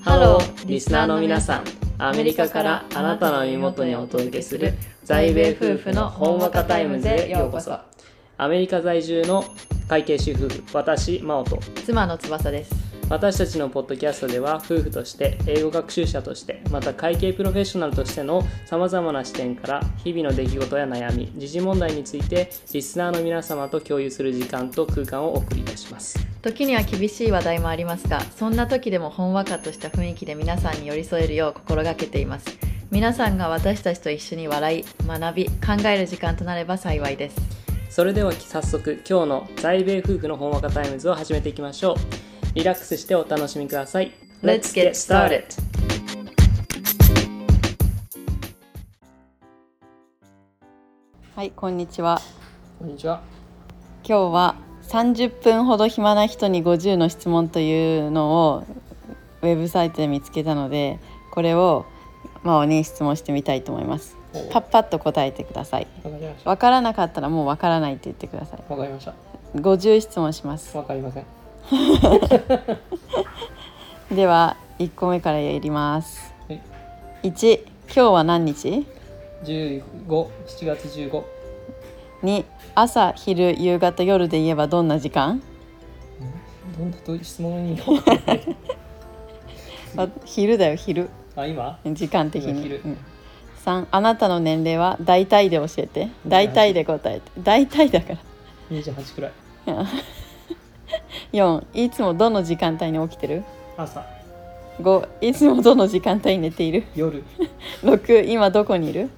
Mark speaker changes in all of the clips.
Speaker 1: ハロー、リスナーの皆さん。アメリカからあなたの身元にお届けする在米夫婦のほんわかタイムズへようこそ。アメリカ在住の会計主婦、私、真央と、
Speaker 2: 妻の翼です。
Speaker 1: 私たちのポッドキャストでは夫婦として英語学習者としてまた会計プロフェッショナルとしてのさまざまな視点から日々の出来事や悩み時事問題についてリスナーの皆様と共有する時間と空間をお送りいたします
Speaker 2: 時には厳しい話題もありますが、そんな時でもほんわかとした雰囲気で皆さんに寄り添えるよう心がけています。皆さんが私たちと一緒に笑い、学び、考える時間となれば幸いです。
Speaker 1: それでは早速今日の在米夫婦のほんわかタイムズを始めていきましょうリラックスしてお楽しみください
Speaker 2: Let's get started. はい、こんにちは。
Speaker 1: こんにちは
Speaker 2: 今日は30分ほど暇な人に50の質問というのをウェブサイトで見つけたのでこれを真央に質問してみたいと思います
Speaker 1: お
Speaker 2: パッパッと答えてください
Speaker 1: わかりまし
Speaker 2: わからなかったらもうわからないって言ってください
Speaker 1: わかりました
Speaker 2: 50質問します
Speaker 1: わかりません
Speaker 2: では1個目からやります
Speaker 1: はい
Speaker 2: 1今日は何日
Speaker 1: 157月15
Speaker 2: 2朝昼夕方夜で言えばどんな時間
Speaker 1: どんなどういう質問 に
Speaker 2: あ昼だよ昼
Speaker 1: あ今
Speaker 2: 時間的
Speaker 1: 今
Speaker 2: に、
Speaker 1: 昼
Speaker 2: うん、3あなたの年齢は大体で教えて大体で答えて大体だから
Speaker 1: 28くらい
Speaker 2: 4いつもどの時間帯に起きてる
Speaker 1: 朝
Speaker 2: 5いつもどの時間帯に寝ている
Speaker 1: 夜、
Speaker 2: 6今どこにいる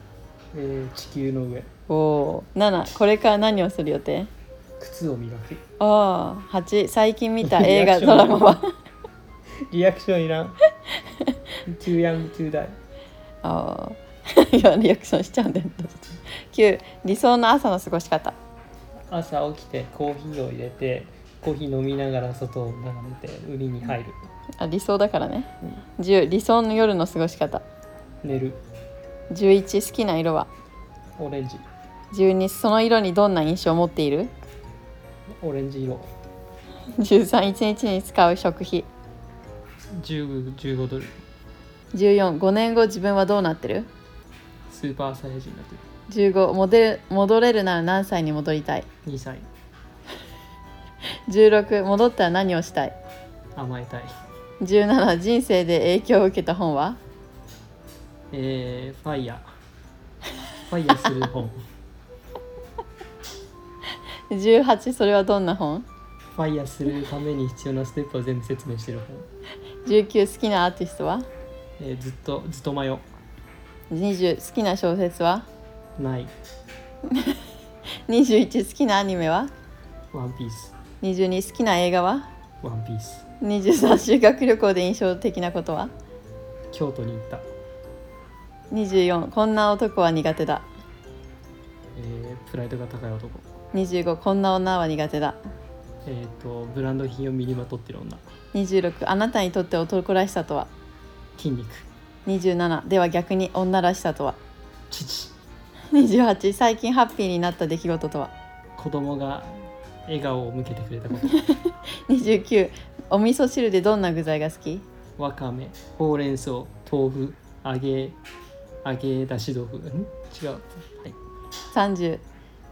Speaker 1: えー地球の上
Speaker 2: お7これから何をする予定
Speaker 1: 靴を磨く
Speaker 2: ああ8最近見た映
Speaker 1: リ
Speaker 2: 画
Speaker 1: アクシ
Speaker 2: ド
Speaker 1: ョン
Speaker 2: ラマは
Speaker 1: リアクションいらん Too young, too die
Speaker 2: あ あいやリアクションしちゃうんだよ9理想の朝の過ごし方
Speaker 1: 朝起きてコーヒーを入れてコーヒー飲みながら外を眺めて海に入る
Speaker 2: あ理想だからね10理想の夜の過ごし方
Speaker 1: 寝る
Speaker 2: 11好きな色は
Speaker 1: オレンジ
Speaker 2: 12その色にどんな印象を持っている
Speaker 1: オレンジ色
Speaker 2: 131日に使う食費
Speaker 1: 10 15ドル
Speaker 2: 145年後自分はどうなってる
Speaker 1: スーパーサイヤ人になって
Speaker 2: 15モデル戻れるなら何歳に戻りたい
Speaker 1: る2歳
Speaker 2: 16戻ったら何をしたい
Speaker 1: 甘えたい
Speaker 2: 17人生で影響を受けた本は
Speaker 1: えー、ファイヤーファイヤーする本
Speaker 2: 18それはどんな本
Speaker 1: ファイヤーするために必要なステップを全部説明してる本、
Speaker 2: 19好きなアーティストは
Speaker 1: えー、ずっとずっと迷う
Speaker 2: 20好きな小説は
Speaker 1: ない
Speaker 2: 21好きなアニメは
Speaker 1: ワンピース
Speaker 2: 22好きな映画は
Speaker 1: ワンピース
Speaker 2: 23修学旅行で印象的なことは
Speaker 1: 京都に行った、
Speaker 2: 24こんな男は苦手だ
Speaker 1: えー、プライドが高い男
Speaker 2: 25こんな女は苦手だ
Speaker 1: えっ、とブランド品を身にまとってる女
Speaker 2: 26あなたにとって男らしさとは
Speaker 1: 筋肉
Speaker 2: 27では逆に女らしさとは
Speaker 1: 父
Speaker 2: 28最近ハッピーになった出来事とは
Speaker 1: 子供が笑顔を向けてくれたこ
Speaker 2: 29お味噌汁でどんな具材が好き
Speaker 1: とわかめほうれん草豆腐揚げ揚げだし豆腐ん違う、はい、
Speaker 2: 30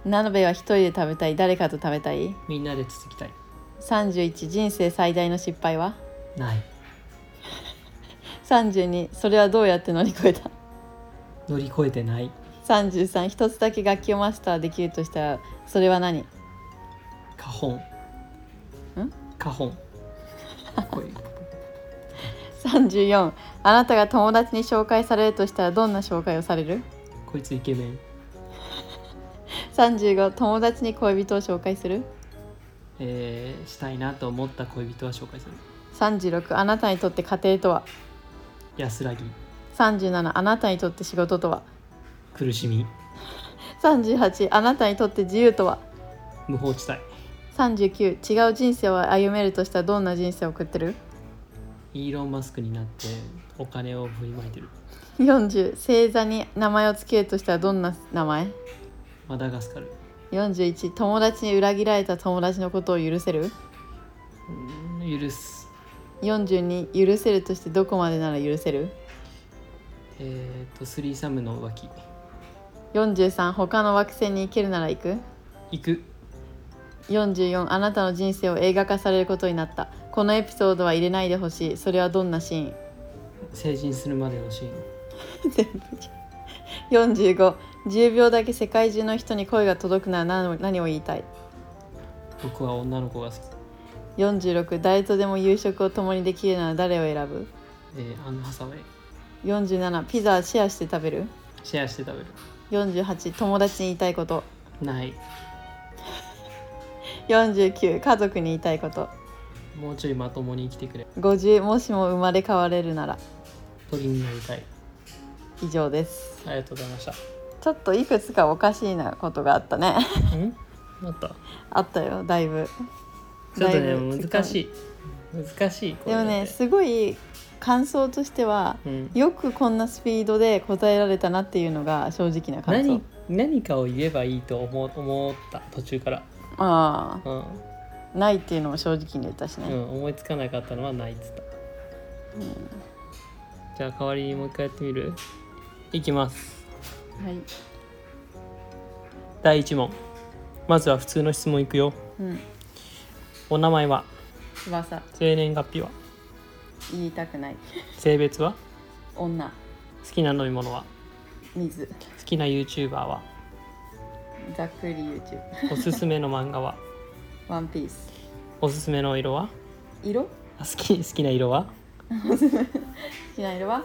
Speaker 2: 鍋は一人で食べたい誰かと食べたい
Speaker 1: みんなで続きたい
Speaker 2: 31人生最大の失敗は
Speaker 1: ない
Speaker 2: 32それはどうやって乗り越えた
Speaker 1: 乗り越えてない
Speaker 2: 33一つだけ楽器をマスターできるとしたらそれは何
Speaker 1: 花本ん花本こう いう
Speaker 2: 34あなたが友達に紹介されるとしたらどんな紹介をされる
Speaker 1: こいつイケメン
Speaker 2: 35友達に恋人を紹介する
Speaker 1: えー、したいなと思った恋人は紹介する
Speaker 2: 36あなたにとって家庭とは
Speaker 1: 安らぎ
Speaker 2: 37あなたにとって仕事とは
Speaker 1: 苦しみ
Speaker 2: 38あなたにとって自由とは
Speaker 1: 無法地帯
Speaker 2: 39違う人生を歩めるとしたらどんな人生を送ってる
Speaker 1: イーロン・マスクになってお金を振りまいてる
Speaker 2: 40星座に名前を付けるとしたらどんな名前
Speaker 1: マダガスカル
Speaker 2: 41友達に裏切られた友達のことを許せる
Speaker 1: うん許す
Speaker 2: 42許せるとしてどこまでなら許せる
Speaker 1: えー、っとスリーサムの浮気
Speaker 2: ?43 他の惑星に行けるなら行く
Speaker 1: 行く
Speaker 2: 44あなたの人生を映画化されることになったこのエピソードは入れないでほしいそれはどんなシーン
Speaker 1: 成人するまでのシーン
Speaker 2: 全部じゃん4510秒だけ世界中の人に声が届くなら何を何を言いたい
Speaker 1: 僕は女の子が好き
Speaker 2: 46誰とでも夕食を共にできるなら誰を選ぶ
Speaker 1: えー、アン・ハサウェイ
Speaker 2: 47ピザはシェアして食べる
Speaker 1: シェアして食べる
Speaker 2: 48友達に言いたいこと
Speaker 1: ない
Speaker 2: 49家族に言いたいこと
Speaker 1: もうちょいまともに生きてくれ
Speaker 2: 50もしも生まれ変われるなら
Speaker 1: 鳥になりたい
Speaker 2: 以上です
Speaker 1: ありがとうございました
Speaker 2: ちょっといくつかおかしいなことがあったね
Speaker 1: んまた
Speaker 2: あったよだいぶ
Speaker 1: ちょっとね
Speaker 2: だいぶ突っ込んで
Speaker 1: 難しい難しい
Speaker 2: で
Speaker 1: これ
Speaker 2: も
Speaker 1: だって
Speaker 2: ねすごい感想としては
Speaker 1: うん、
Speaker 2: よくこんなスピードで答えられたなっていうのが正直な感想
Speaker 1: 何何かを言えばいいと思う思った途中から、
Speaker 2: あ
Speaker 1: うん
Speaker 2: あないっていうのも正直に言ったし
Speaker 1: う
Speaker 2: ね、
Speaker 1: ん、思いつかなかったのはないっつった、じゃあ代わりにもう一回やってみるいきます
Speaker 2: はい、
Speaker 1: 第1問まずは普通の質問いくよ
Speaker 2: うん、
Speaker 1: お名前は
Speaker 2: 翼
Speaker 1: 生年月日は
Speaker 2: 言いたくない
Speaker 1: 性別は
Speaker 2: 女
Speaker 1: 好きな飲み物は
Speaker 2: 水
Speaker 1: 好きな YouTuber は
Speaker 2: ざっくり YouTube
Speaker 1: おすすめの漫画は
Speaker 2: ワンピース
Speaker 1: おすすめの色は
Speaker 2: 色
Speaker 1: あ好き好 きな色は
Speaker 2: 好きな色は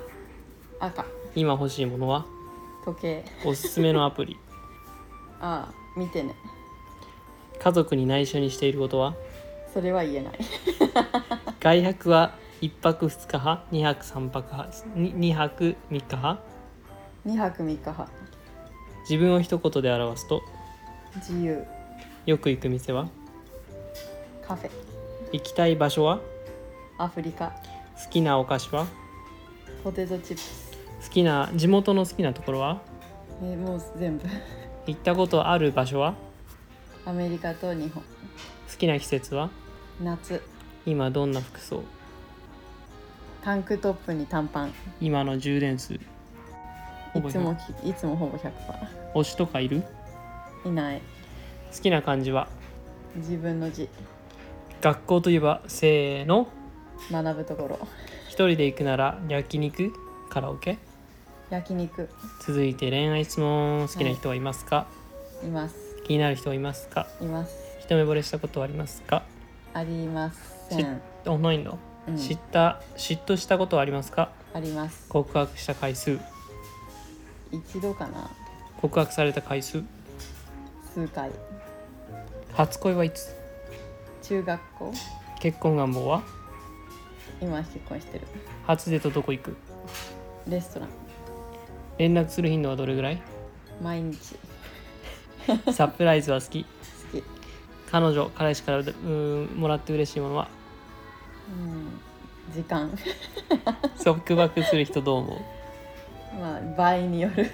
Speaker 2: 赤
Speaker 1: 今欲しいものは
Speaker 2: 時計
Speaker 1: おすすめのアプリ
Speaker 2: ああ見てね
Speaker 1: 家族に内緒にしていることは
Speaker 2: それは言えない
Speaker 1: 外泊は1泊2日派2泊3泊派 2, 泊3日派
Speaker 2: 2泊3日派
Speaker 1: 自分を一言で表すと
Speaker 2: 自由
Speaker 1: よく行く店は
Speaker 2: カフェ
Speaker 1: 行きたい場所は
Speaker 2: アフリカ
Speaker 1: 好きなお菓子は
Speaker 2: ポテトチップス、
Speaker 1: 好きな地元の好きなところは
Speaker 2: えーもう全部
Speaker 1: 行ったことある場所は
Speaker 2: アメリカと日本
Speaker 1: 好きな季節は
Speaker 2: 夏
Speaker 1: 今どんな服装
Speaker 2: タンクトップに短パン
Speaker 1: 今の充電数ほ
Speaker 2: い
Speaker 1: ぼ
Speaker 2: つもきいつもほぼ100%
Speaker 1: 推しとかいる
Speaker 2: いない
Speaker 1: 好きな漢字は
Speaker 2: 自分の字
Speaker 1: 学校といえばせーの
Speaker 2: 学ぶところ
Speaker 1: 一人で行くなら焼肉カラオケ
Speaker 2: 焼肉
Speaker 1: 続いて恋愛質問好きな人はいますか、
Speaker 2: います
Speaker 1: 気になる人はいますか
Speaker 2: います
Speaker 1: 一目惚れしたことはありますか
Speaker 2: ありません、
Speaker 1: あないの、
Speaker 2: うん、
Speaker 1: 知った嫉妬したことはありますか
Speaker 2: あります
Speaker 1: 告白した回数
Speaker 2: 一度かな
Speaker 1: 告白された回数
Speaker 2: 数回
Speaker 1: 初恋はいつ
Speaker 2: 中学校
Speaker 1: 結婚願望は
Speaker 2: 今結婚してる
Speaker 1: 初デートどこ行く
Speaker 2: レストラン
Speaker 1: 連絡する頻度はどれぐらい
Speaker 2: 毎日
Speaker 1: サプライズは好き
Speaker 2: 好き
Speaker 1: 彼女彼氏からうーんもらって嬉しいものは
Speaker 2: うん時間
Speaker 1: 束縛する人どう思う
Speaker 2: まあ場合による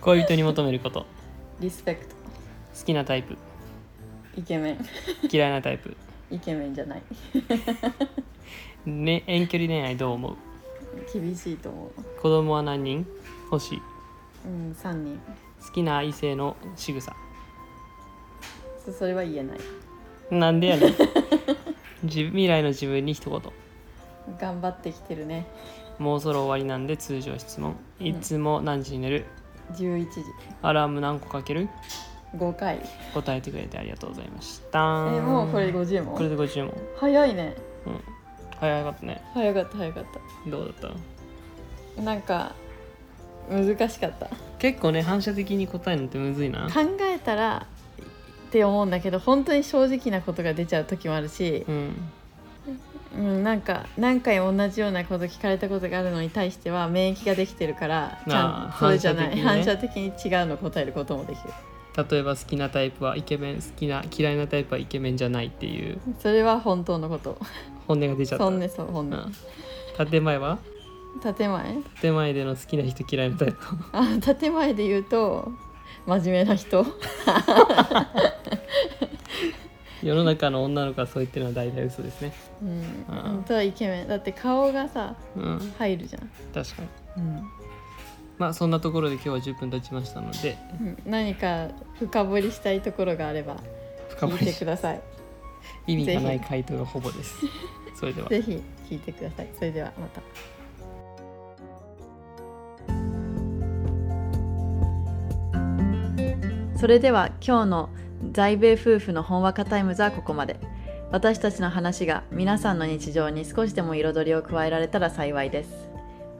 Speaker 1: 恋人に求めること
Speaker 2: リスペクト
Speaker 1: 好きなタイプ
Speaker 2: イケメン
Speaker 1: 嫌いなタイプ、
Speaker 2: イケメンじゃない
Speaker 1: ね、遠距離恋愛どう思う
Speaker 2: 厳しいと思う
Speaker 1: 子供は何人欲しい
Speaker 2: うん3人
Speaker 1: 好きな異性の仕草
Speaker 2: そそれは言えない
Speaker 1: なんでやねん自未来の自分に一言
Speaker 2: 頑張ってきてるね
Speaker 1: もうそろ終わりなんで通常質問いつも何時に寝る、
Speaker 2: 11時
Speaker 1: アラーム何個かける
Speaker 2: 5回
Speaker 1: 答えてくれてありがとうございました
Speaker 2: えもうこれ50問
Speaker 1: これで50問
Speaker 2: 早いね
Speaker 1: うん早かったね
Speaker 2: 早かった早かっ
Speaker 1: どうだった
Speaker 2: たなんか難しかった
Speaker 1: 結構ね反射的に答えるのってむずいな
Speaker 2: 考えたらって思うんだけど本当に正直なことが出ちゃう時もあるし、
Speaker 1: うん
Speaker 2: うん、なんか何回同じようなこと聞かれたことがあるのに対しては免疫ができてるからちゃん
Speaker 1: あー
Speaker 2: それじゃない反
Speaker 1: 反
Speaker 2: 射
Speaker 1: 射
Speaker 2: 的に,、違うの答えることもできる
Speaker 1: 例えば好きなタイプはイケメン好きな嫌いなタイプはイケメンじゃないっていう
Speaker 2: それは本当のこと
Speaker 1: 本音が出ちゃった
Speaker 2: そんねそう本音
Speaker 1: うん、建前は
Speaker 2: 建前
Speaker 1: 建前での好きな人嫌いなタイプ
Speaker 2: あ建前で言うと真面目な人
Speaker 1: 世の中の女の子はそう言ってるのは大体嘘ですね
Speaker 3: うん
Speaker 1: うん
Speaker 3: 本当はイケメンだって顔がさ
Speaker 1: うん
Speaker 3: 入るじゃん、
Speaker 1: 確かに
Speaker 3: うん
Speaker 1: まあそんなところで今日は10分経ちましたので
Speaker 3: 何か深掘りしたいところがあれば
Speaker 1: 深掘
Speaker 3: 聞い
Speaker 1: り
Speaker 3: て
Speaker 1: し
Speaker 3: ください
Speaker 1: 意味がない回答がほぼですそれでは
Speaker 3: ぜひ聞いてくださいそれではまた
Speaker 2: それでは今日の在米夫婦のほんわかタイムズはここまで私たちの話が皆さんの日常に少しでも彩りを加えられたら幸いです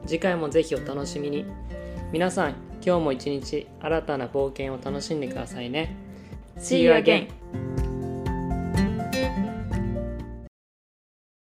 Speaker 1: 次回もぜひお楽しみに皆さん今日も一日新たな冒険を楽しんでくださいね
Speaker 2: See you again!